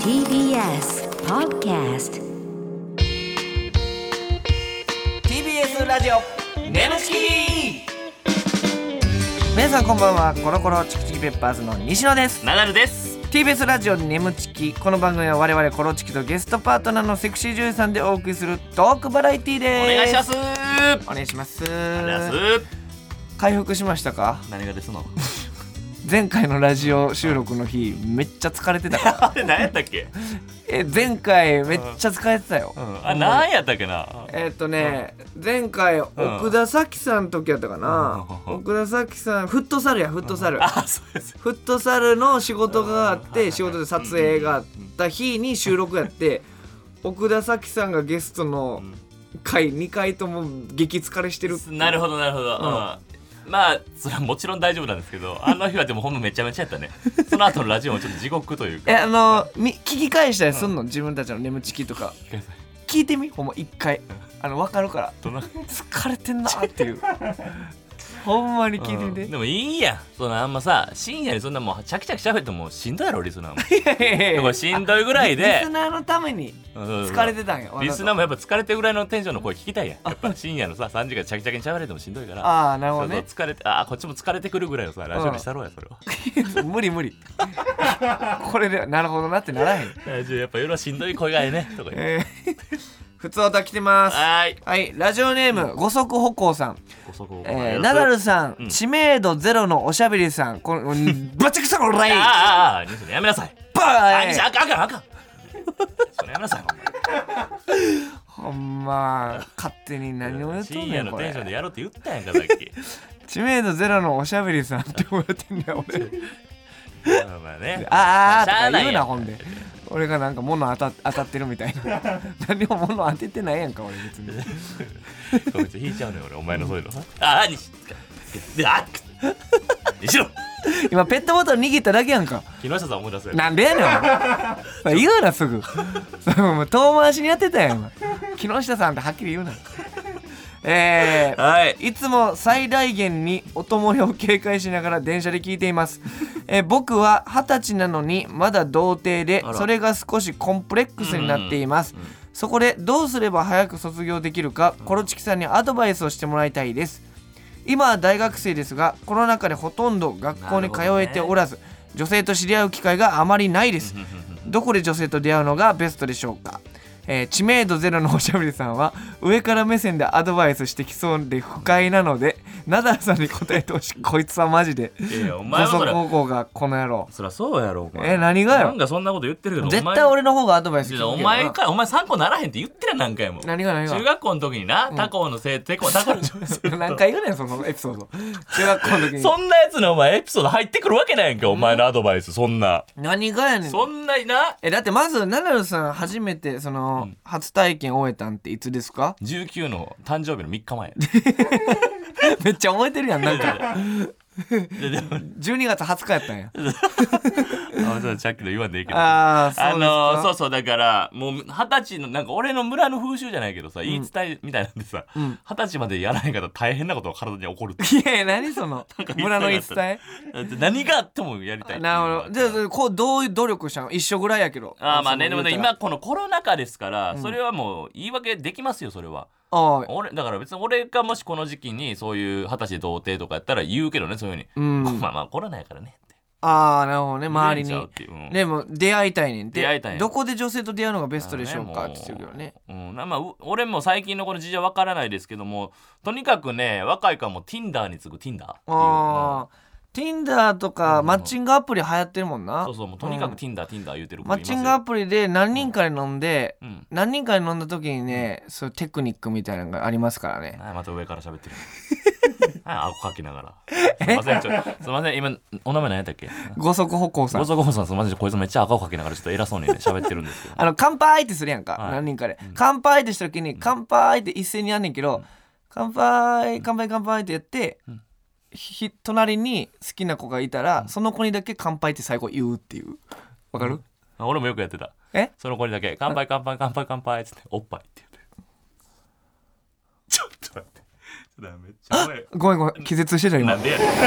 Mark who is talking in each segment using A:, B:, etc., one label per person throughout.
A: TBS Podcast
B: TBS ラジオネムチキ皆さんこんばんはコロコロチキチキペッパーズの西野です
C: ナダルです。
B: TBS ラジオネムチキこの番組は我々コロチキとゲストパートナーのセクシー女優さんでお送りするトークバラエティー
C: お
B: です
C: 願いします。
B: お願いします
C: す。
B: 回復しましたか
C: 何がですの？
B: 前回のラジオ収録の日めっちゃ疲れてたから
C: あれ何やったっけ？
B: え前回めっちゃ疲れてたよ、
C: あ何やったっけな。
B: えーっとね、前回奥田咲さんの時やったかな、
C: うん
B: 奥田咲さんフットサルやフット サル、
C: あそうです。
B: フットサルの仕事があって仕事で撮影があった日に収録やって奥田咲さんがゲストの回2回とも激疲れしてる
C: なるほどなるほど。うんまあそれはもちろん大丈夫なんですけどあの日はでもほんまめちゃめちゃやったねその後のラジオもちょっと地獄というか
B: えあのみ聞き返したりすんの自分たちの眠ちきとか聞いてみほんま1回あの分かるから
C: どな
B: 疲れてんなって いうほんまに聞いてみて、
C: でもいいやんそのあんまさ深夜にそんなもうチャキチャキしゃべってもしんどいやろリスナーもでもしんどいぐらい
B: リ
C: で
B: スナーのために疲
C: 疲
B: れてたんやわざと
C: リスナーもやっぱ疲れてるぐらいのテンションの声聞きたいやんやっぱ深夜のさ3時からチャキチャキにしゃべれてもしんどいから
B: ああなるほ
C: そ
B: ど
C: うそう
B: ね
C: 疲れてあーこっちも疲れてくるぐらいのさラジオにしたろうやそれは
B: 無理無理これでなるほどなってならへん
C: ラジオやっぱ夜はしんどい声がええねとか言って
B: えー、 普通歌来てます
C: はーい
B: はいラジオネーム五足歩行さん、
C: ごそこ
B: えー、ナダルさん、
C: うん
B: 知名度ゼロのおしゃべりさん このバチクソこらい
C: あーあーあー西野やめなさいあ
B: バ
C: ー西
B: ー
C: 野
B: イ
C: あかんあかんあかん西野やめなさいほんま
B: ほんま勝手に何を言うとん
C: 深
B: ね
C: 夜
B: ん
C: の
B: こ
C: テンションで
B: れ
C: やろうって言ったやんかさっき
B: 知名度ゼロのおしゃべりさんって言われてんね ん俺
C: まあまあね
B: あーあーと
C: しゃ
B: か
C: ない
B: 言う
C: や
B: なんほんで俺がなんか物当た 当たってるみたいな何も物当ててないやんか俺別に
C: こいつ引いちゃうのよ俺お前のそういうのああ西野あっ西野
B: 今ペットボトル握っただけやんか
C: 木下さん思い出せ
B: なんでやねんお 前言うなすぐ それもう遠回しにやってたやん今木下さんってはっきり言うなえー
C: はい
B: いつも最大限に音漏れを警戒しながら電車で聞いています、えー僕は二十歳なのにまだ童貞で
C: あら
B: それが少しコンプレックスになっています、そこでどうすれば早く卒業できるかコロチキさんにアドバイスをしてもらいたいです今は大学生ですがコロナ禍でほとんど学校に通えておらず、女性と知り合う機会があまりないですどこで女性と出会うのがベストでしょうか、えー知名度ゼロのおしゃべりさんは上から目線でアドバイスしてきそうで不快なのでナダルさんに答えてほ しいこいつはマジで
C: いやいやお前
B: 五
C: はそ
B: 足
C: れ
B: 高校がこの野郎
C: そりゃそうやろお前
B: え何が
C: な
B: よ
C: んかそんなこと言ってるけど
B: 絶
C: お
B: 対
C: 前
B: 俺の方がアドバイス聞く
C: い
B: け
C: や
B: どな
C: お前からお前参考ならへんって言ってるやん何回も
B: 何が何
C: 中
B: が
C: 学校の時にな他校のせいてこ他校 の
B: 何回言うねんそのエピソード中学校の時に
C: そんなやつのお前エピソード入ってくるわけないやんかお前のアドバイスそんな
B: 何がやねん
C: そんなにな
B: えだってまずナダルさん初めてその、初体験終えたんっていつですか
C: 19の誕生日の3日前
B: めっちゃ覚えてるやんなんか
C: ででも
B: 12月20日やったんや
C: あそうさっきの言わんでいいけど
B: ああそうで
C: あ
B: すか
C: のそうそうだからもう二十歳のなんか俺の村の風習じゃないけどさ、言い伝えみたいなんでさ二十、歳までやらない方大変なことが体に起こるって
B: いやいや何その村の言い
C: な
B: 伝
C: だって何があってもやりた
B: え
C: いっていうの
B: なる
C: は
B: ほどじゃあこうどういう努力したの一緒ぐらいやけど
C: あーまあねでもね
B: 言うたら
C: 今このコロナ禍ですから、それはもう言い訳できますよそれは
B: ああ
C: 俺だから別に俺がもしこの時期にそういう二十歳で童貞とかやったら言うけどねそういうふ
B: う
C: うに、
B: ん
C: まあまあコロナやからねって
B: ああなるほどね周り
C: 言えちゃう
B: に
C: っていううん
B: でも出会いたいねんて
C: 出会いたいねん
B: どこで女性と出会うのがベストでしょうかって言ってるけどね
C: うん、なまあう俺も最近のこの事情わからないですけどもとにかくね若いからもう Tinder に次ぐ Tinder っていう
B: ああ Tinder とかマッチングアプリ流行ってるもん
C: うん
B: な
C: そうそうもうとにか
B: う
C: く
B: ん
C: Tinder、Tinder 言うてる子
B: マ
C: い
B: ッ
C: ます
B: チ
C: よ
B: ングアプリで何人かで飲んで
C: うん
B: 何人かで飲んだ時にねそういうテクニックみたいなのがありますからね
C: あまた上から喋ってるあ顎かきながらすいませんちょすいません今お名前何やったっけ
B: 五足歩行さん
C: ごそごさんすいませんこいつめっちゃ顎かきながらちょっと偉そうにね喋ってるんです けど
B: あの乾杯ってするやんか、
C: はい
B: 何人かで、乾杯ってした時に乾杯って一斉にやんねんけど、乾杯乾杯乾杯ってやって、ひ隣に好きな子がいたら、その子にだけ乾杯って最後言うっていうわかる、
C: あ俺もよくやってた
B: え
C: その子にだけ「乾杯乾杯乾杯乾杯」っつって「おっぱい」って言ってちょっと待ってだめっちゃ怖い
B: ごめんごめん気絶してた
C: な
B: 今
C: んでやねんちょっ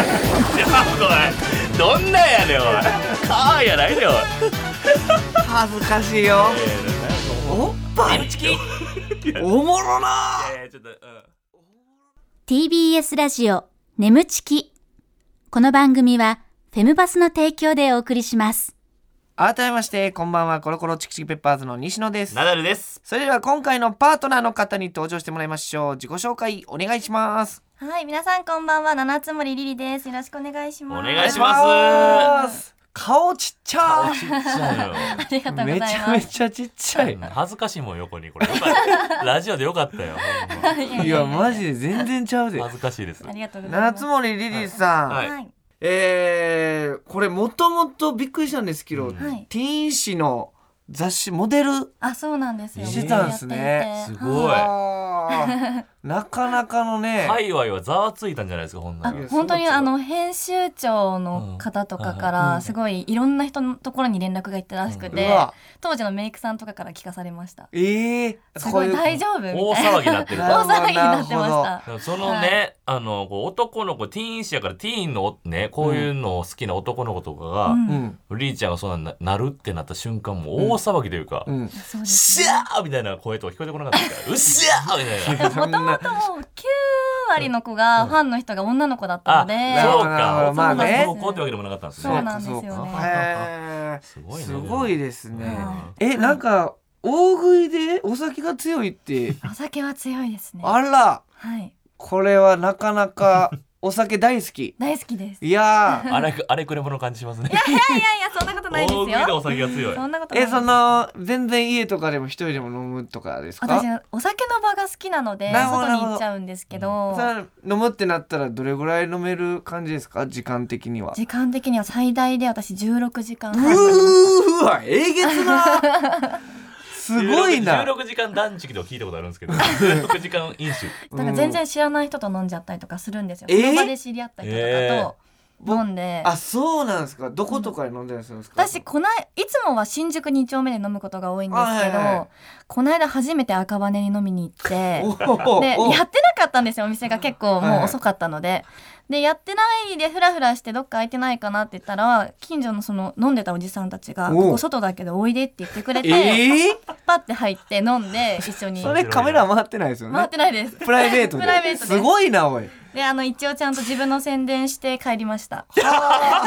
C: とおいどんなんやねんおいカーやないでおい
B: 恥ずかしいよおっぱいおもろな
C: えーちょっとうん
A: TBS ラジオ眠ちきこの番組はフェムバスの提供でお送りします
B: 改めましてこんばんはコロコロチキチキペッパーズの西野です
C: ナダルです
B: それでは今回のパートナーの方に登場してもらいましょう自己紹介お願いします
D: はい、皆さんこんばんは、七つ森りりです。よろしくお願いします。
C: お願いしま
B: お願いします顔ちっちゃ
C: ちっちゃいよ
D: ありがとうご
B: め
D: ざい
B: ち
D: ます。
B: ゃめちゃちっちゃい
C: 恥ずかしいもん横にこれよかったラジオでよかったよほんま
B: いやマジで全然ちゃうで
C: 恥ずかしいです
D: ありがとうございま
B: 七
D: す。
B: つ森リリーさん、
C: はい
D: はい、
B: えー、これもともとびっくりしたんですけど、
C: うん
D: はい
B: ティーン誌の雑誌モデル
D: あ、そうなんですよ。
B: してたんすね
D: やっていて
C: すごい
B: あー なかなかのね、
C: 界隈はざわついたんじゃないですかほんな
D: あ
C: ら
B: いや
D: 本当
B: そうで
D: に
B: すよ
D: あの編集長の方とかか
B: うん
D: らすごいいろんな人のところに連絡がいったらしく
B: う
D: て
B: わ
D: 当時のメイクさんとかから聞かされました
B: えー、
D: すごい大丈夫みたいな
C: 大騒ぎにな ってる
B: な
D: 大
B: る
D: 騒ぎになってました
C: でもそのね、あのこう男の子ティーン誌やからティーンのねこういうのを好きな男の子とかが、
D: う
B: うんん
C: リーちゃんがそんなんななるってなった瞬間もう大騒ぎというか「う
B: う
C: っ
B: ん
D: そうです
C: しゃー!」みたいな声とか聞こえてこなかったですか ら「うっしゃー!」みたいな。
D: でももともと9割の子がファンの人が女の子だっ
C: あ
D: たので
C: そう
B: なる
C: か
B: ほどまあね
C: 男の子ってわけでもなかったんです
D: そう
C: ね。
D: なんですよね
B: そうかへー
C: すごいね
B: すごいですね、
D: は
B: えなんか大食いでお酒が強いって
D: お酒は強いですね
B: あら
D: はい
B: これはなかな かお酒大好き
D: 大好きです
B: いやー
C: あれあれくれもの感じしますね。
D: いやいやいやそんなことな
C: 大
D: いですよ
C: 食いでお酒が強い。
D: そん なことない
B: え
D: です
B: その全然家とかでも一人でも飲むとかですか
D: 私お酒の場が好きなので
B: なるほど
D: 外に行っちゃうんですけど
B: さあ飲むってなったらどれぐらい飲める感じですか時間的には
D: 時間的には最大で私16時間
B: うーわえげつ なすごいな
C: 16時間断食とか聞いたことあるんですけど、16時間飲酒。
D: だから全然知らない人と飲んじゃったりとかするんですよ。
B: えー
D: その場で知り合った人とかと飲んで、
B: あそうなんですかどことかで飲んでるんですか
D: 私こないいつもは新宿2丁目で飲むことが多いんですけど、
B: あはいはい
D: この間初めて赤羽に飲みに行って
B: お。ー
D: でや
B: おー
D: ってなかったんですよお店が結構
B: はい
D: も
B: は
D: う
B: い
D: 遅かったので。でやってないでフラフラしてどっか空いてないかなって言ったら近所のその飲んでたおじさんたちが「
B: おう
D: ここ外だけどおいで」って言ってくれて、
B: え
D: パッて入って飲んで一緒
B: ー
D: に
B: それカメラ回ってないですよ ね
D: 回ってないです。
B: プライベート
D: プライベー
B: で
D: トです
B: ごいなおい
D: であの一応ちゃんと自分の宣伝して帰りました。
B: ちゃ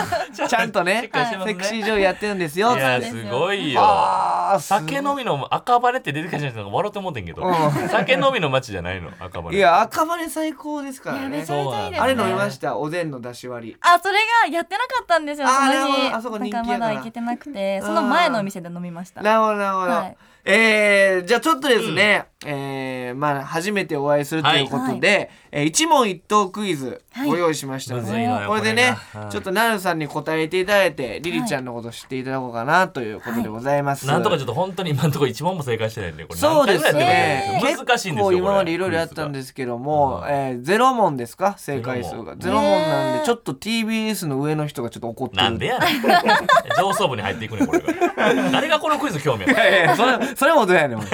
B: んと
C: しっ
B: ね
C: かりしてます
B: セ
C: ね
B: クシー女優やってるんです
C: い
B: よ
C: や
D: そうなんですすよ
C: ごいよ。
B: あーす
C: 酒飲みの赤羽って出てきたじゃないですか笑って思ってんけど
B: う
C: 酒飲みの街じゃないの赤羽
B: いや赤羽最高ですか
D: い
B: ら
D: や
B: ね
D: めちゃめちゃいいですね。
B: あれ飲みましたおでんの出し割り
D: あそれがやってなかったんですよ。
B: あー
D: その日
B: なるほどあそこ人気やから
D: だからまだ行けてなくて、その前のお店で飲みました。
B: なるほどなるほど、
D: はい
B: えーじゃあちょっとですね、えーまあ初めてお会いするということで、えー一問一答クイズ
D: はい
B: ご用意しましたの
C: む
B: で、
C: ずいのよ
B: これでね
C: これがはい
B: ちょっとナルさんに答えていただいて、リリちゃんのこと知っていただこうかなということでございます、
C: なんとかちょっと本当に今のところ一問も正解してないんでこれ
B: そうですね
C: 何回ぐらいやってもいいんですよ難しいんで
B: 結
C: すよ
B: 構今までいろいろやったんですすけども、
C: クイズが
B: えーゼロ問ですか正解数がゼ
D: ゼ
B: ロ
D: ロ問
B: 問なん
D: へ
B: で
D: ー
B: ちょっと TBS の上の人がちょっと怒ってる
C: なんでやねん上層部に入っていくねこれが誰がこのクイズ興味ある
B: いやいやそれ それもどうやねんお前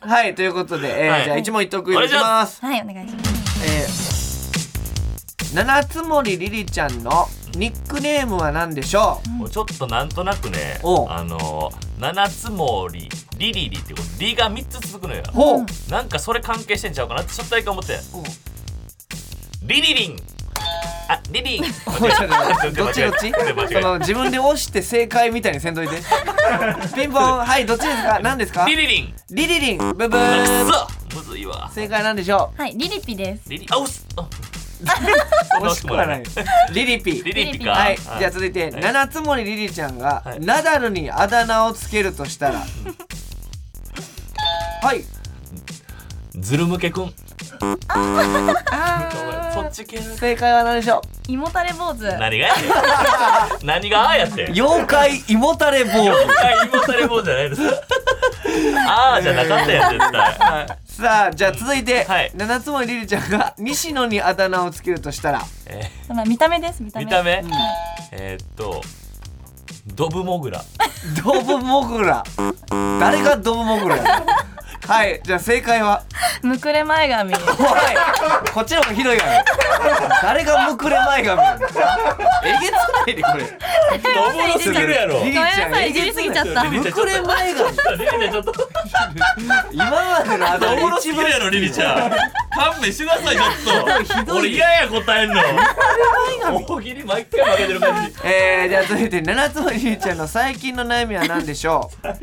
B: はいということで、えー
C: はい
B: じゃあ一問一答クイズいきます
D: はいお願いします。
B: えー、七つ森りりちゃんのニックネームは何でしょ
C: もうちょっとなんとなくね
B: おう
C: あの七つ森リリリってことリが三つ続くのよ
B: うほう、
C: なんかそれ関係してんちゃうかなってちょっとだけ思って
B: ほう
C: リリリンあ リリン
B: ちょっと待ってどっち
C: 間
B: ど
C: 違
B: っ
C: えた間違え
B: ち
C: た
B: その自分で押して正解みたいにせん といてピンポンはいどっちですか何ですか
C: リリリン
B: リリリンブブ
C: あ
B: ー
C: くそむずいわ
B: 正解なんでしょ
D: はいリリピです。
C: リリあうっすあ
B: う惜しくはないリリピ
C: リリピか
B: はい、じゃあ続いて、
C: い
B: 七つ森リリちゃんが、
C: はい
B: ナダルにあだ名をつけるとしたらはい
C: ズル向けくんそ
B: あ
C: っち系
B: ー正解は何でしょ
D: 胃もたれ坊主。
C: 何がやねん何がああやって
B: う妖怪胃もたれ坊主
C: あ芋され棒じゃないですああじゃなかったやん絶対、はい
B: さあじゃあ続いて、
C: はい
B: 七つ森りりちゃんが西野にあだ名をつけるとしたら
C: え
D: その見た目です見た
C: ー
D: 目。
C: 見た目、
B: ん
C: えーっとドブモグラ
B: ドブモグラ誰がドブモグラやはいじゃあ正解は
D: むくれ前 髪
B: おいこっちの方がひどいやろ誰がむくれ前髪やねんえげつないで
C: おもろすぎるやろ
B: これ
D: ごめんなさいいじりすぎちゃった
C: リ
B: む
C: リちゃん
B: くれ前髪
C: リリちゃんちょっと
B: 今までのあ
C: おも
B: の
C: ろす
B: 一
C: ぎるやろリリちゃん勘弁してくださいちょっと俺嫌や答えんの大喜利毎回負けてる感じ
B: えー、じゃあ続いて七つのりりちゃんの最近の悩みは何でしょ う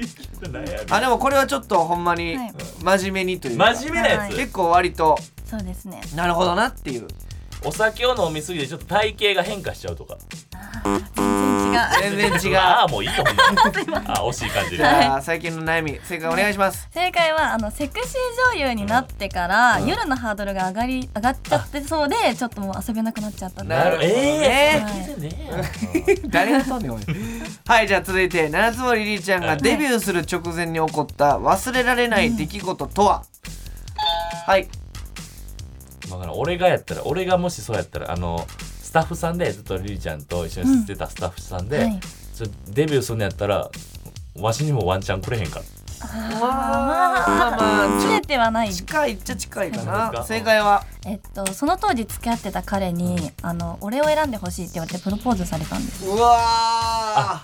B: あでもこれはちょっとほんまに
D: はい
B: 真面目にというか
C: 真面目なやつ
B: 結構割と
D: そうですね
B: なるほどなっていう
C: お酒を飲みすぎてちょっと体型が変化しちゃうとか
D: 全然違う
B: 全然違う
C: ああもういいよ ほんまにあ惜しい感じ
B: じゃあ最近の悩み正解お願いし ます
D: 正解はあのセクシー女優になってから、夜のハードルが上がり上がっちゃってそうでちょっともう遊べなくなっちゃったんで
B: なるほどね
C: え
B: 誰がそうねんおい はいじゃあ続いて七つ森りりちゃんがデビューする直前に起こった忘れられない出来事とは、はい
C: わからん俺がやったら俺がもしそうやったらあのスタッフさんでずっとリリちゃんと一緒に出てたスタッフさんで、
D: はい
C: ちょデビューするのやったらわしにもワンチャンくれへんか
B: まあまあちょ
D: 切
B: っ
D: れ
B: と
D: てはない
B: 近いっちゃ近いか
C: そうです
B: な
C: か
B: 正解は
D: えっとその当時付き合ってた彼にあの俺を選んでほしいって言われてプロポーズされたんです
B: うわ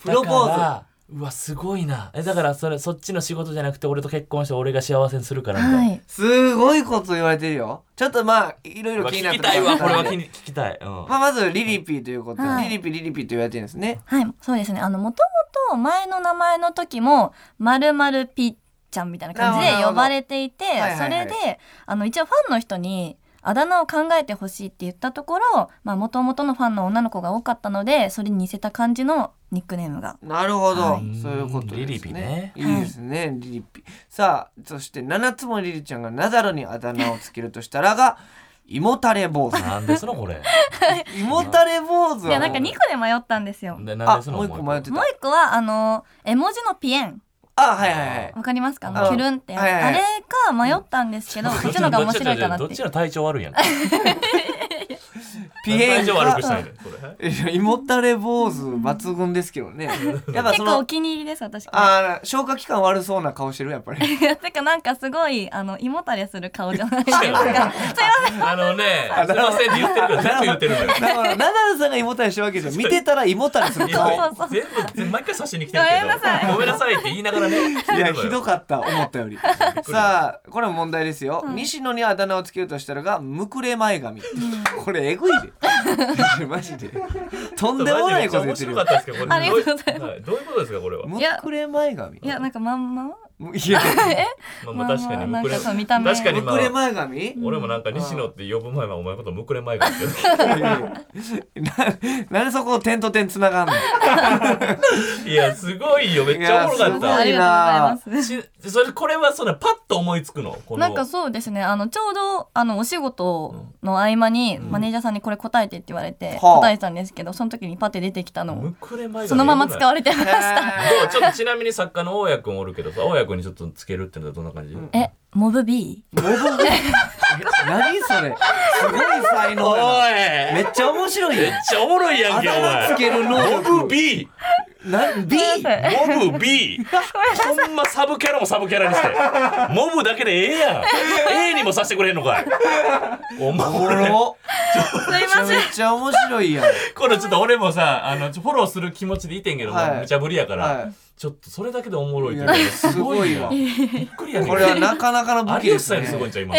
B: ープロポ
C: だか
B: ーズ
C: らうわすごいなえだからそれそっちの仕事じゃなくて俺と結婚して俺が幸せにするからみた
D: はいい
B: すごいこと言われてるよちょっとまあいろい
C: な、
B: ろ
C: うわ
B: 気にな
C: 聞
B: っ
C: き
B: た
C: たいわこれは
B: 気
C: 気
B: に
C: に聞きたい、うん
B: まあまずリリピーということで、
D: はい
B: リリピリリピと言われてるんですね
D: はいそうですねあのもともと前の名前の時も「まるまるぴっちゃん」みたいな感じ
B: なるほ
D: で
B: ど
D: 呼ばれていて
B: いはいはい
D: それであの一応ファンの人にあだ名を考えてほしいって言ったところもともとのファンの女の子が多かったのでそれに似せた感じのニックネームが
B: なるほど、
D: はい
B: そういうことですね。
C: リリピね
B: いいですね、リリピ。さあ、そして七つもリリちゃんがナダルにあだ名をつけるとしたらが、胃もたれ 坊主。
C: なんですのこれ
B: 胃もたれ坊主
D: い
B: は。
D: やなんか2個で迷ったんですよ
C: でなん
B: あ
C: で、すの
B: もう一個迷って
D: も
B: た
D: う。一個はあの絵文字のピエン
B: あ、はいはいはい。
D: わかりますかあ
B: あ
D: のキュルンってやつ
B: はいはいは
D: あ
B: い
D: れか迷ったんですけどそっちの方が面白いかな
C: どっ
D: って
C: ちの体調悪い やんか
B: ピエン
C: 体調悪くした
B: が
C: いねこれ
B: いや胃もたれ坊主抜群ですけど ね。やっぱ
D: 結
B: そ
D: 構お
B: の、
D: 気に入りです私これ
B: あー消化器官悪そうな顔してるやっぱ り。
D: いやてかなんかすごいあの胃もたれする顔じゃないですかすいません
C: あのねすいませんって言ってるから全部言ってるか ら
B: だからナダルさんが胃もたれしてるわけじゃん見てたら胃もたれする顔。
D: そうそう
C: 全部毎回差しに来てるけど
D: ごめんな
C: ごめんなさ
D: さい
C: いって言いながらね
B: いやひどかった思った よりさあこれは問題ですよ、西野にあだ名をつけるとしたらがむくれ前髪、これえぐいで マジでとんでもないこと言ってるよ
C: 面白かったですけどこれ
D: ありがとうござい
C: ど
D: ます
C: うどういうことですかこれは
B: む
D: いや
B: くれ前髪
D: いやなんかまんま
B: むいや
C: まあまあ確かに
D: まあまあ
C: むくれ
D: なんかそう見た目
C: 確かに
B: む
C: まあ
B: くれ前髪
C: 俺もなんか西野って呼ぶ前はお前のことむくれ前かって言うけ
B: いやいや ななん でそこを点と点つながん の
C: どいやすごいよめっ
B: い
C: ちゃお
B: やす
C: もろ
B: ご
C: かっ
B: いな
C: た
D: ありがとうございます
C: しそれこれはそのパッと思いつくのこの
D: なんかそうですねあのちょうどあのお仕事の合間にマネージャーさんにこれ答えてって言われて
B: はあ
D: 答えてたんですけどその時にパッて出てきたのを
C: むくれ前髪
D: そのまま使われてま
B: へ
D: し
C: ど
D: た
C: う
B: ー
C: ちょっとちなみに作家の大家くんおるけどさ大家くんにちょっとつけるってのはどんな感じ
D: えモブ B
B: モブえ何それすごい才能やなめ
C: めっ
B: っちゃ面白いやん
C: ちゃおもろいや
B: あ
C: んけお
B: だ名つ
C: 前
B: ける能力
C: モブ B
B: な B
C: モブ B ほんまサブキャラもサブキャラにしてモブだけでえ えやん A にもさせてくれへんのかいお前
B: おもろ
D: すい
B: めちゃ
D: ません
B: めちゃ面白いやん
C: これちょっと俺もさあのちょフォローする気持ちでいてんけど、
B: はい
C: 無茶ぶりやから、
B: は
C: ちょっとそれだけでおもろい
B: い
C: と
B: い
C: いう
B: や
C: か
B: すごいわ
C: びっくりやねん
B: これはなかなかの武器
C: 有
B: で
C: 吉
B: す
C: さんよ
B: ね
C: りすごいんちゃう今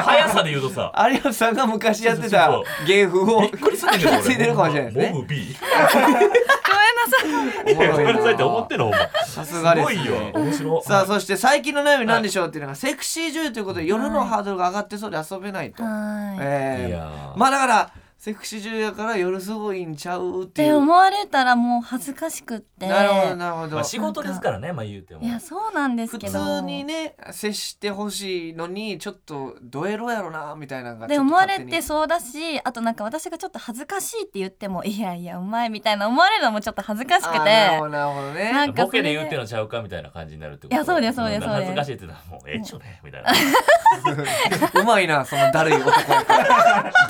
C: 速さで言うとさ
B: 有吉さんが昔やってた
C: そうそ
B: 芸風を
C: びっくりするんだけど俺
B: ついてるかもしれないですね
C: モブ B
B: おも
C: ご
B: ろい
C: めんなさいって思
B: な
C: ってんのほんま
B: さすがです
C: ご
B: す
C: いよ
B: ね
C: 面白い
B: さあそして最近の悩みなんでしょうっていうのがセクシー女優ということで夜のハードルが上がってそうで遊べないと
D: はい
C: い
B: え
C: や
B: ーまあだからセクシー女優やから夜すごいんちゃうっ
D: って
B: い
D: て
B: う
D: 思われたらもう恥ずかしくって
B: なるほどなるほ
C: ーま
B: ど
C: あ仕事ですからねまあ言うても
D: いやそうなんです
B: 普
D: けど
B: 通にね接してほしいのにちょっとどえろやろなみたいなのがちょっ
D: で
B: と
D: 思われ
B: 勝手に
D: てそうだしあとなんか私がちょっと恥ずかしいって言ってもいやいやお前みたいな思われるのもちょっと恥ずかしくて
B: あーなるほどなるほどね
D: なんか
C: ボ
D: それ
C: ケで
D: で
C: 言うてのちゃうかみたいな感じになるってこと
D: いやそうですそうです
C: ん
D: そうです
C: 恥ずかしいって言ったらもうええっちょねみたいな
B: う まいなそのだるい男役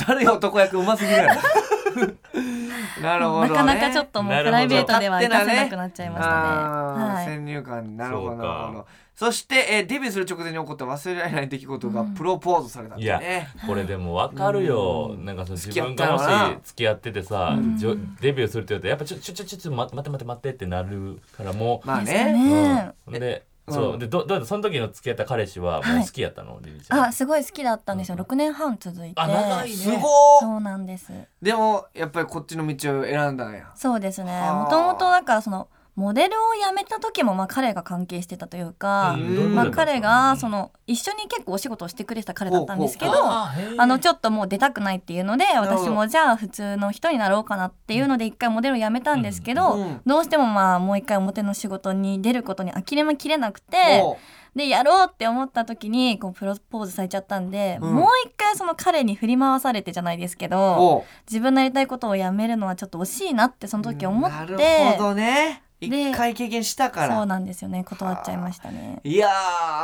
B: だるい男役うますぎるやろ なるほど、
D: な
B: ね、
D: かなかちょっともう
C: なる
D: プ
C: ほど
D: ライベートでは活かせなくなっちゃいましたね。
B: あー
D: はい。
B: 先入観なるほ
C: そ
B: ど
C: う
B: な
C: か
B: るほどそして、えーデビューする直前に起こった忘れられない出来事がプロポーズされたん
C: い
B: だよ
C: や
B: ね、
C: これでも分かるよ、
B: うん
C: なんかその自
B: 付き合っ
C: 分
B: た
C: が
B: よ
C: も
B: な
C: し付き合っててさ、
D: うん
C: じょデビューするって言うとやっぱちょちょちょちょちょ待って待って待ってってなるからも
B: まあ
D: ですよ
B: ね
C: う、
D: ね
C: うん、で、
B: うん
C: そうでどどうだったその時の付き合った彼氏はもう好きやったの、リリちゃん
D: あ、すごい好きだったんですよ。6年半続いて。
C: あ長いね
B: すごー
D: そうなんです。
B: でもやっぱりこっちの道を選んだんや
D: そうですね。
B: はあ
D: もともとだからそのモデルを辞めた時もまあ彼が関係してたというか、
B: うん
D: ま
B: う
D: あ
B: ん
D: 彼がその一緒に結構お仕事をしてくれてた彼だったんですけど
B: ほうほう。
D: あの
C: ょ
D: ちょっともう出たくないっていうので
B: るほど
D: 私もじゃあ普通の人になろうかなっていうので一回モデルを辞めたんですけど、
B: うん
D: どうしてもまあもう一回表の仕事に出ることに呆れも切れなくて
B: おう
D: でやろうって思った時にこうプロポーズされちゃったんで、
B: うん
D: もう一回その彼に振り回されてじゃないですけど
B: おう
D: 自分のやりたいことをやめるのはちょっと惜しいなってその時思って、
B: うんなるほどね
D: で
B: 一回経験したから
D: そうなんですよね断っちゃいましたね。
B: いや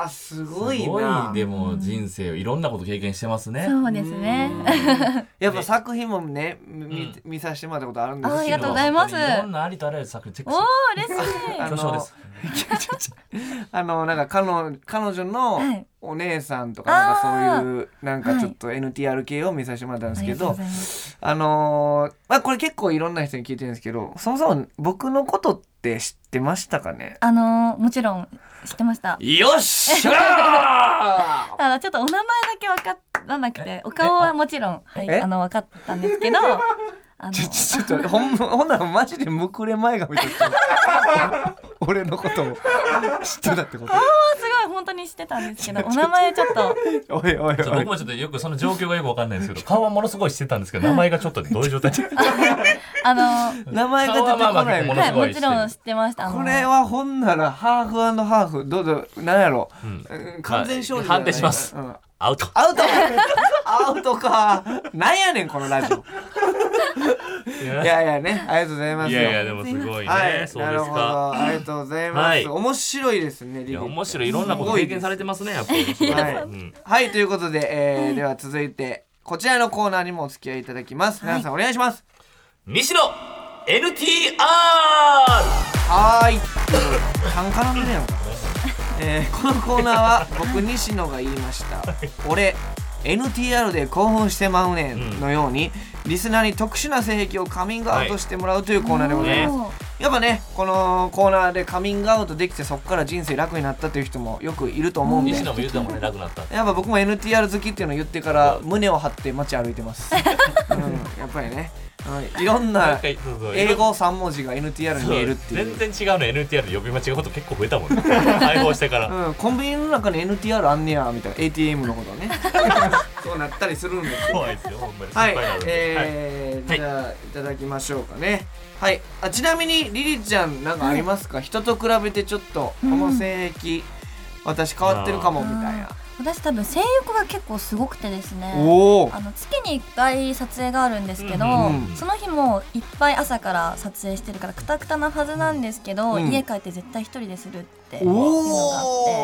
B: ーすごいな
C: でも人生をいろんなこと経験してますね
D: そうですね。
B: うんやっぱ作品もね見
C: ね
B: 見させてもらったことあるんですけ
D: あ
B: ど
D: ありがとうございます
C: 本当にいろんなありとあらゆる作品チェッ
D: お
C: ク
D: ー
C: して
D: 嬉しい。
B: あの
C: 巨匠です
B: あのなんか彼女彼女
D: は
B: の
D: い
B: お姉さんとかなんか
D: あー
B: そういうなんかちょっと NTR 系を見させてもらったんです
D: あり
B: け
D: がとうご
B: ど
D: ざいます。
B: あのーまあこれ結構いろんな人に聞いてるんですけどそもそも僕のことって知ってましたかね
D: あのーもちろん知ってました。
B: よっしゃー
D: ただちょっとお名前だけ分からなくてお顔はもちろん、は
B: え
D: い、あの分かったんです けどあの
B: ちょちょちょっとほんほんならマジでむくれ前髪として俺のことを知ってたってこ
D: すごい本当にしてたんです けどお名前ちょっと
B: とおいおい
C: ちょっと
B: おい
C: 僕もちょっとよくその状況がよくわかんないんですけど顔はものすごいしてたんですけど名前がちょっとどういう状態
D: あのは
B: 名前が出てこ
C: 顔はまあま
B: な
C: あ
B: い
C: も
B: こ
C: のす
D: い
C: ご
D: も
C: い
D: ちろん知ってましたあの
B: れはほんならハーフハーフどうぞなんやろ
C: うん
B: うん完全勝利
C: 判定します
B: うん
C: アウト
B: アウ トアウトかなんやねんこのラジオ
C: い
B: いやいやねありがとうございますよ
C: やいやでもすごいね、
B: はい
C: そう
B: な
C: で
B: る
C: す
B: ほ
C: か
B: どありがとうございま
C: は
B: す
C: い
B: 面白いですねリ
C: い
B: リー
C: や面白いいろんなこと経験されてますねやっぱり、
B: はい
C: うん
B: はいということで、えー、では続いてこちらのコーナーにもお付き合いいただきます。皆さんお願いします。
C: 西野 NTR
B: はーい。単価なんでやん。 えー、このコーナーは僕西野が言いました。俺 NTR で興奮してまうねんのように、リスナーに特殊な性癖をカミングアウトしてもらうというコーナーでございます。
D: おー
B: やっぱねこのコーナーでカミングアウトできてそこから人生楽になったという人もよくいると思うんで。
C: 西野も言うてたもんねなくなった
B: やっぱ僕も NTR 好きっていうのを言ってから胸を張って街歩いてます、うん、やっぱりね、うんいろんな
C: 回そうそう
B: 英語3文字が NTR に見えるっていう
C: 全然違うの NTR で呼び間違うこと結構増えたもん ね解放してから
B: うん、コンビニの中に NTR あんねやみたいな ATM のことねそうなったりするんですよ
C: 怖いですよほんまに心
B: は
C: 配
B: い
C: になるん、ではい
B: えー
C: はい
B: じゃあいただきましょうかねはいあちなみにリリちゃんなんかありますか、人と比べてちょっとこの性癖、私変わってるかもみたいな
D: 私多分性欲が結構すごくてですね
B: おお
D: あの月に1回撮影があるんですけど、
B: うん
D: その日もいっぱい朝から撮影してるからくたくたなはずなんですけど、
B: うん
D: 家帰って絶対一人でするっていうのが
B: お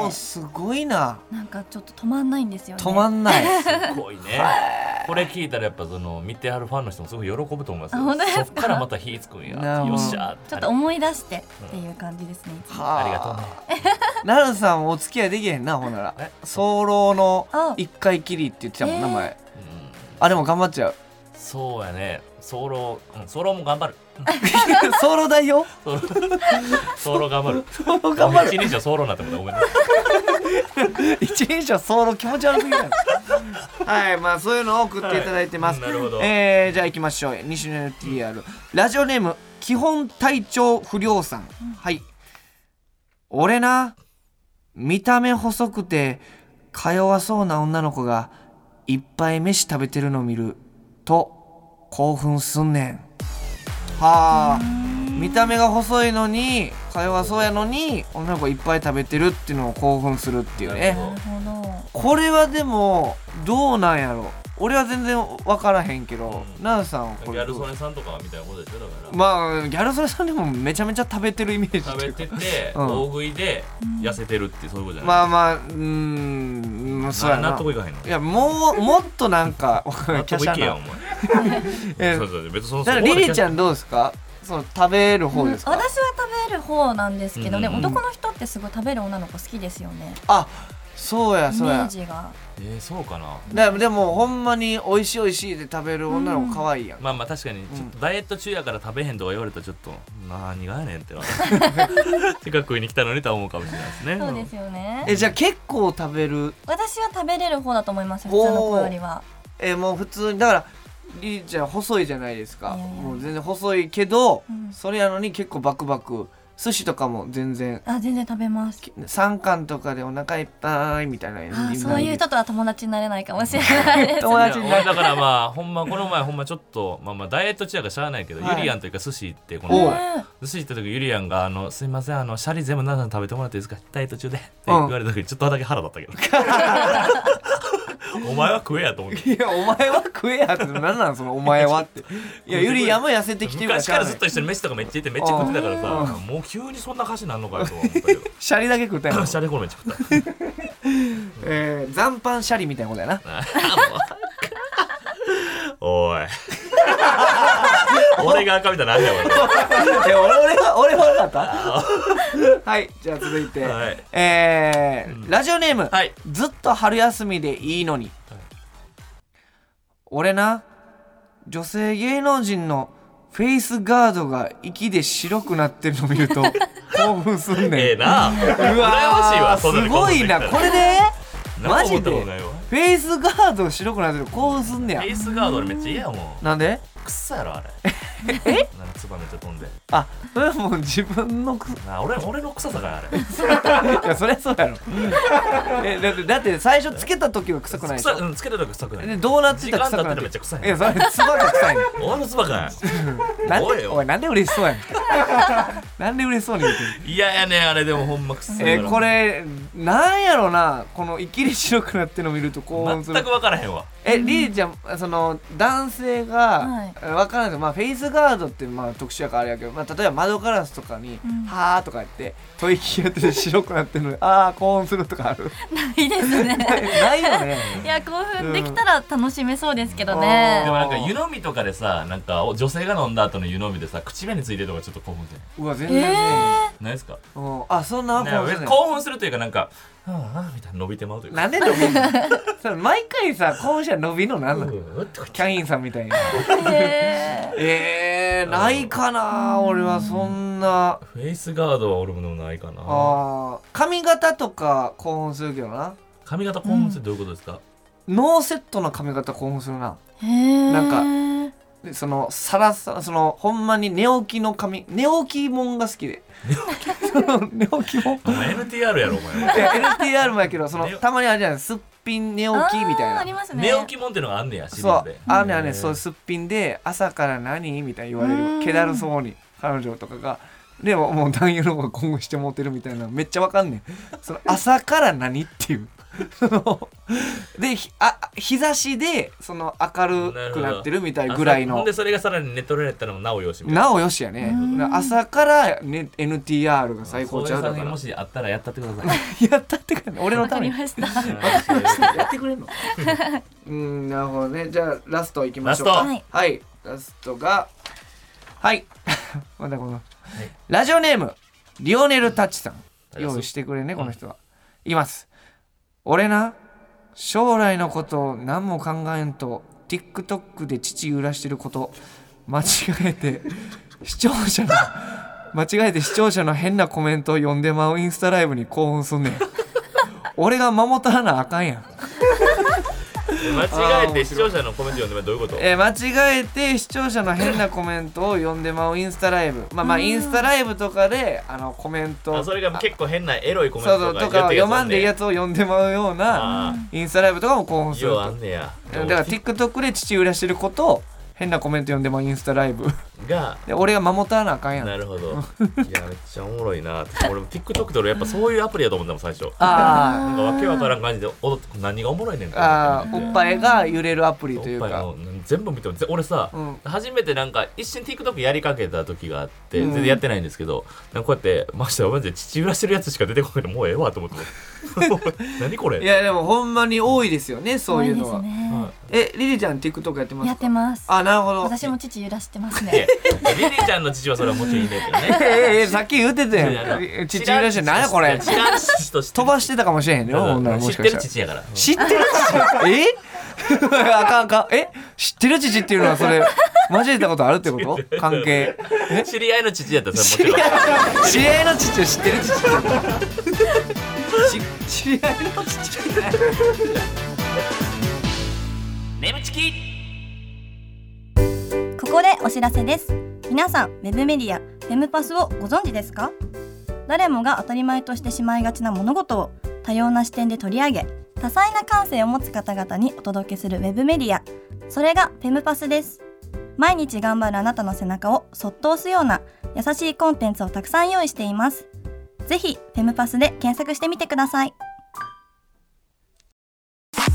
D: あ
B: お
D: っ
B: すごいな
D: てなんかちょっと止まんないんですよね
B: 止まんない
C: すごいねこれ聞いたらやっぱその見てはるファンの人もすごい喜ぶと思います
D: あ
C: よ
D: 本当ですか
C: そっからまた火つくんや
B: なるほど
C: よっしゃー
D: ちょっと思い出してっていう感じですね。
B: は
C: ありがとうね
B: なるさんお付き合いできへんなほんなら
C: え
B: 早漏の
D: あ
B: 一回きりって言ってたもんな
D: えー
B: 前
C: うん
B: あでも頑張っちゃう
C: そうやねソロうんソロも頑張る
B: 早漏代表
C: ソロソロ頑張る
B: 早漏頑張る
C: 一日はソロになってもらごめんね
B: 一人称早漏気持ち悪すぎるやろはいまあそういうのを送っていただいてます
C: はいなるほど
B: えーじゃあ行きましょう西野 TR ラジオネーム基本体調不良さんはい俺な見た目細くてか弱そうな女の子がいっぱい飯食べてるの見ると興奮すんねんはあ見た目が細いのにか弱そうやのに女の子いっぱい食べてるっていうのを興奮するっていうね
C: なるほど
D: なるほど。
B: これはでもどうなんやろ俺は全然分からへんけど、
C: うん
B: ナウさんはこ
C: ギ
B: れ
C: ャル曽根さんとかみたいなことでしょだから、
B: まあギャル曽根さんでもめちゃめちゃ食べてるイメージ
C: 食
B: ってい
C: べ
B: うか
C: てて、
B: うん
C: 大食いで痩せてるってそういうことじゃない、
B: まあまあうーんうんそうや
C: な
B: な
C: 納得いかへんの
B: いやもうもっとなんかわかんな
C: 納
B: い華
C: 得い
B: 奢
C: けや
B: な
C: お前
B: え
C: そうそう別にその
B: だからリリーちゃんどうですかその食べる方
D: うん
B: です
D: 私
B: か、
D: は食べる方なんですけど、
C: うん
D: でも男の人ってすごい食べる女の子好きですよね。
B: あそうや
D: イ
B: そう
D: メ
B: や
D: ージが。
C: えー、そうかな
B: だからでもほんまに美味しい美味しいで食べる女の子可愛いやん、
C: まあまあ確かにちょっとダイエット中やから食べへんとか言われたらちょっと何がやね んってなてか食いに来たのにとは思うかもしれないですね
D: そうですよね。
B: えじゃあ結構食べる
D: 私は食べれる方だと思います。普通の子よりは。
B: えもう普通にだからりーちゃん細いじゃないですか
D: いやいや
B: もう全然細いけど、
D: うん
B: それやのに結構バクバク寿司とかも全然
D: あ、全然食べます。
B: 3貫とかでお腹いっぱいみたいな
D: あ、
B: みんな
D: そういう人とは友達になれないかもしれないです。
B: 友達にな
C: 俺
B: る
C: だからまあほんまこの前ほんまちょっとまあまあダイエット中やからしゃあないけど、
B: はい
C: ユリアンというか寿司行ってこ
B: おう
C: の
D: うん
C: 寿司行った時ユリアンがあのすいませんあのシャリ全部奈々さん食べてもらっていいですかダイエット中でって言われた時ちょっとだけ腹立ったけどお前は食えやと思って
B: いやお前は食えやって何なんそのお前は っていやゆりやも痩せてきてるから
C: 昔
B: し
C: か
B: ゃあ
C: ら
B: な
C: ず
B: い
C: っと一緒に飯とかめっちゃ行ってめっちゃ食ってたからさもう急にそんな歌詞なんのかよとは思ったけど
B: シャリだけ食ったんや ろ
C: シャリこめっちゃ食った
B: えー、残飯シャリみたいなことや な
C: おい俺が赤みたいになんねん
B: え俺俺は俺はなかったはいじゃあ続いて、
C: はい
B: えー
C: うん
B: ラジオネーム、
C: はい
B: ずっと春休みでいいのに、俺な女性芸能人のフェイスガードが息で白くなってるの見る と興奮すん
C: え
B: ね
C: え
B: ん、
C: な
B: うわ
C: 羨ましいわそんな
B: すごいなこれで、マジで
C: フェ
B: フェイスガード白くなってる興奮すんねや
C: イスガード俺めっちゃ嫌やもん
B: なんで
C: くっさやろあれえなんかツバめっちゃ飛んで
B: あそれはもう自分のく
C: なあ俺俺の臭さがあれ
B: いやそりゃそうやろえだってだって最初つけた時は臭くないでし
C: 臭
B: ょ
C: いうんつけたら臭くな
B: で
C: い
B: どうなってたら臭くな
C: 時間経って
B: る
C: るめっちゃ臭いね
B: いやそれ唾が臭いね
C: お前の唾か
B: んなん
C: おい
B: で
C: よ
B: おいなんで嬉しそうやねん なんで嬉しそうに言ってんの
C: 嫌やねんあれでもほんまくっさ
B: え
C: いか
B: ー
C: ら
B: これなんやろなこの生きり白くなってるの見ると興奮す
C: 全
B: る
C: く分からへんわ
B: えりーちゃんその男性
D: は
B: が
D: い
B: えわからないけどまあフェイスガードってまあ特殊やからあれやけどまあ例えば窓ガラスとかに「
D: ん
B: はあ」とか言って吐息やってて白くなってるのに「ああ興奮する」とか ある
D: いいですね。
B: ないよね
D: いや、興奮できたら楽しめそうですけどね
C: で。もなんか湯飲みとかでさなんかお女性が飲んだ後の湯飲みでさ口紅ついてるとかちょっと興奮じゃな
B: うわ全
D: え
B: 然ね
D: え
C: いないですか
B: うんあそんな
C: なん
B: 興
C: か
B: 奮する
C: 別に
B: ね
C: 興奮するというかなんか「はあはあ」みたいな伸びてまうというか
B: なんで伸びんの それ毎回さ興奮したら伸びんのなんなの
C: うーってこ
B: キャインさんみたいにえ
D: え
B: ー、ないかな俺はそんな
C: フェイスガードは俺もでもないかな
B: あー髪型とか興奮するけどな
C: 髪型興奮するってどういうことですか、
B: ノーセットの髪型興奮するな
D: えー。
B: なんか
D: んか。
B: でそのサラサラそのほんまに寝起きの髪寝起きもんが好きで その寝起きもん
C: お前 NTR やろお前
B: いや LTR もやけどその
C: 寝起き
B: たまにあれじゃないすっぴん寝起きみたい
D: あー
B: な
D: ありますね。
C: 寝起きもんってのがあんねやシリ
B: そ
C: ーズ
B: う
C: で、
B: あねあね、そうすっぴんで、朝から何みたいに言わ
D: う
B: れ
D: ん
B: る、気だるそうに、彼女とかが。でも、もう男優の方が今後してモテるみたいな、めっちゃわかんねん。 その朝から何っていう。 そので、ひあ、日差しで、その明るくなってるみたいぐらい
C: あそほん
B: の
C: で。それがさらに寝取られたらもなおよしみたいな
B: なおよしやね
D: うん。
B: 朝から、ね、N. T. R. が最高
C: そう
B: ちゃう
C: いう
B: だ
C: 作
B: か
C: 品
B: ら
C: も。しあったらやったってください
B: やったってか、俺の
D: わ
B: た
D: か
B: め
D: り
B: に。
D: ました。
B: やってくれんの。うん、なるほどね。じゃあ、ラストいきましょう
C: ラ
B: か
C: スト。
D: はい
B: はい、ラストが。はい。 まだこの。ラジオネーム。リオネルタッチさん。用意してくれね、この人は。います。俺な。将来のことを何も考えんと TikTok で父揺らしてること間違えて 視聴者の間違えて視聴者の変なコメントを読んでまうインスタライブに興奮すんねん俺が守ったらなあかんやん
C: 間違えて視聴者のコメント読んでもらうどういうこと
B: えー間違えて視聴者の変なコメントを読んでまうインスタライブまあまあインスタライブとかであのコメント
C: あそれが結構変なエロいコメン
B: そうそ
C: ト
B: う
C: と
B: と
C: か
B: かを読まんでいいや
C: つ
B: つを読んでまうような
C: あ
B: インスタライブとかも興奮する
C: ようあ
B: と
C: んねや
B: だから TikTok で父売らしてることを変なコメント読んでまうインスタライブ
C: が
B: で俺が守ったらなあかんやん
C: なるほどいやめっちゃおもろいなって俺も TikTok で俺やっぱそういうアプリやと思ってたもん最初
B: あ
C: なんかわけわからん感じで踊って何がおもろいねん
B: ーあーおっ
C: い
B: ぱいが揺れるアプリとい
C: おっ
B: う
C: ぱい
B: か
C: の全部見てもぜ俺さ、
B: うん
C: 初めてなんか一瞬 TikTok やりかけた時があって、
B: うん
C: 全然やってないんですけどなんかこうやってましてマジで父らしてるやつしか出てこないのもうええわと 思って何これ
B: いやでもほんまに多いですよねそういうの
D: 多
B: は、
D: いですね
C: は
B: えリリちゃん TikTok やってますか
D: やってます
B: あなるほど
D: 私も父揺らしてます
C: いや
D: ね
C: リリちゃんの父はそれはもちろんいいんだけど
B: え
C: ね
B: えええさっき言ってたやん父親らしい何やこれ
C: 知らん父として
B: 飛ばしてたかもしれへんよほんならも
C: 知っ
B: しか
C: て
B: した
C: る
B: ら
C: 父やから
B: 知ってる父えあかんあかんえ知ってる父っていうのはそれ交えたことあるってこと関係
C: 知り合いの父やったらそ
B: 知
C: れも
B: り
C: ちろん
B: 合い知り合いの父を知ってる父知知り合いの父じゃない
C: 眠ちき
D: ここでお知らせです皆さんウェブメディアフェムパスをご存知ですか誰もが当たり前としてしまいがちな物事を多様な視点で取り上げ多彩な感性を持つ方々にお届けするウェブメディアそれがフェムパスです毎日頑張るあなたの背中をそっと押すような優しいコンテンツをたくさん用意していますぜひフェムパスで検索してみてください
A: ー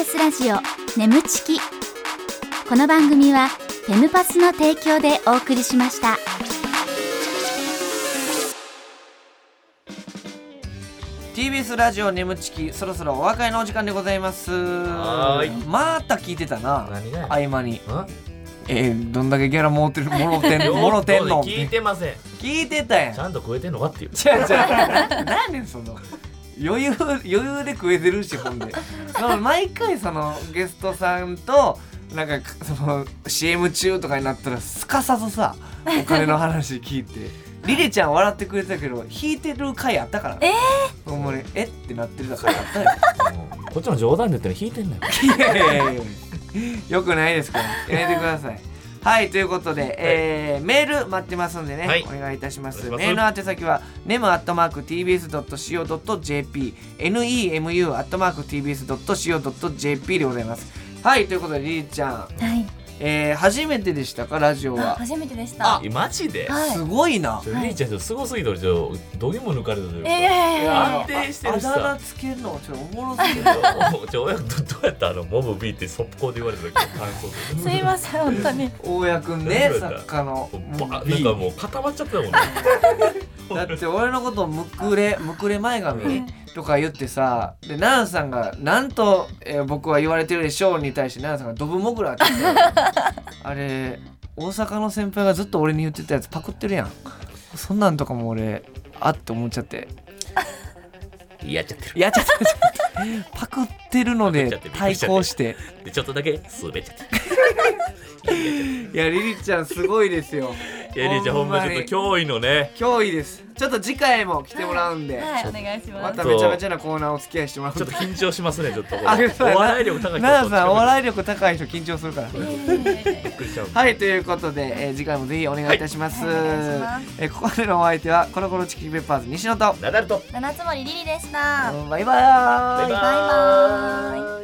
A: TBS ラジオ眠ちきこの番組はフェムパスの提供でお送りしました
B: TBS ラジオ眠ちきそろそろお別れのお時間でございます
C: はーい
B: また聞いてたな
C: 何がや
B: 合間に
C: ん
B: えー、どんだけギャラもろてるもろてんのもろてんの
C: 聞いてません
B: 聞いてたやん
C: ちゃんと食えてんのかってい
B: 違う
C: う
B: 違う何でその余裕余裕で食えてるしほんでその毎回そのゲストさんとなんかその CM 中とかになったらすかさずさお金の話聞いてリリちゃん笑ってくれてたけど引いてる回あったからええほんまにえってなってる回あったよ
C: うんこっちの冗談で言ってるの引いてんのよ
B: いやいやいやいやよくないですからやめてくださいはいということで、えーメール待ってますんでね、
C: はい
B: お願いいたします
C: お願いします
B: メールの宛先は nemu.tbs.co.jp nemu.tbs.co.jp でございますはいということでりりちゃん、
D: はい
B: えー初めてでしたかラジオは
D: 初めてでし
B: あ
D: た
C: マジで
D: はい
B: すごいな
C: ちょリーちゃんちょっとすごすぎて俺ちょっとどぎも抜かれたというか
D: え
C: や
D: ー
C: 安定してるしさ
B: あだ名つけるのちょっとおもろすぎる
C: おちょ親子どどうやったあのモブ B って速攻で言われた時の感想
D: すいません本当に
B: 大家くんね
C: どうだった
B: 作家の
C: バーなんかもう固まっちゃってたもんね
B: だって俺のことむくれむくれ前髪とか言ってさで奈々さんが「なんと、えー僕は言われてるでしょう」に対して奈々さんが「ドブモグラ」って言ってたあれ大阪の先輩がずっと俺に言ってたやつパクってるやんそんなんとかも俺あって思っちゃって
C: やっちゃってる
B: やっちゃったやっちゃったパクってるの
C: パクっ
B: で
C: ちゃってびっくり
B: 対
C: しちゃって
B: 抗して
C: でちょっとだけ滑っちゃって
B: いやリリちゃんすごいですよ
C: るいやリーちゃんほんまちょっと脅威のね
B: 脅威ですちょっと次回も来てもらうんで、
D: はいお願いしま
B: ますためちゃめちゃなコーナーお付き合いしてもらうん
C: ちょっ
B: で
C: と緊張しますねちょっとこれ
B: あそうやな
C: お笑い力高い人
B: 奈々さんお笑い力高い人緊張するから
C: びっくりしちゃう
B: はいということで、えー次回もぜひお願いいたします,、
D: はいお願いします
B: えーここまでのお相手はコロコロチキンペッパーズ西野と
C: ナダルと
D: 七つ森りりでした。
B: バイバーイ
C: バイバーイ
D: バイバーイ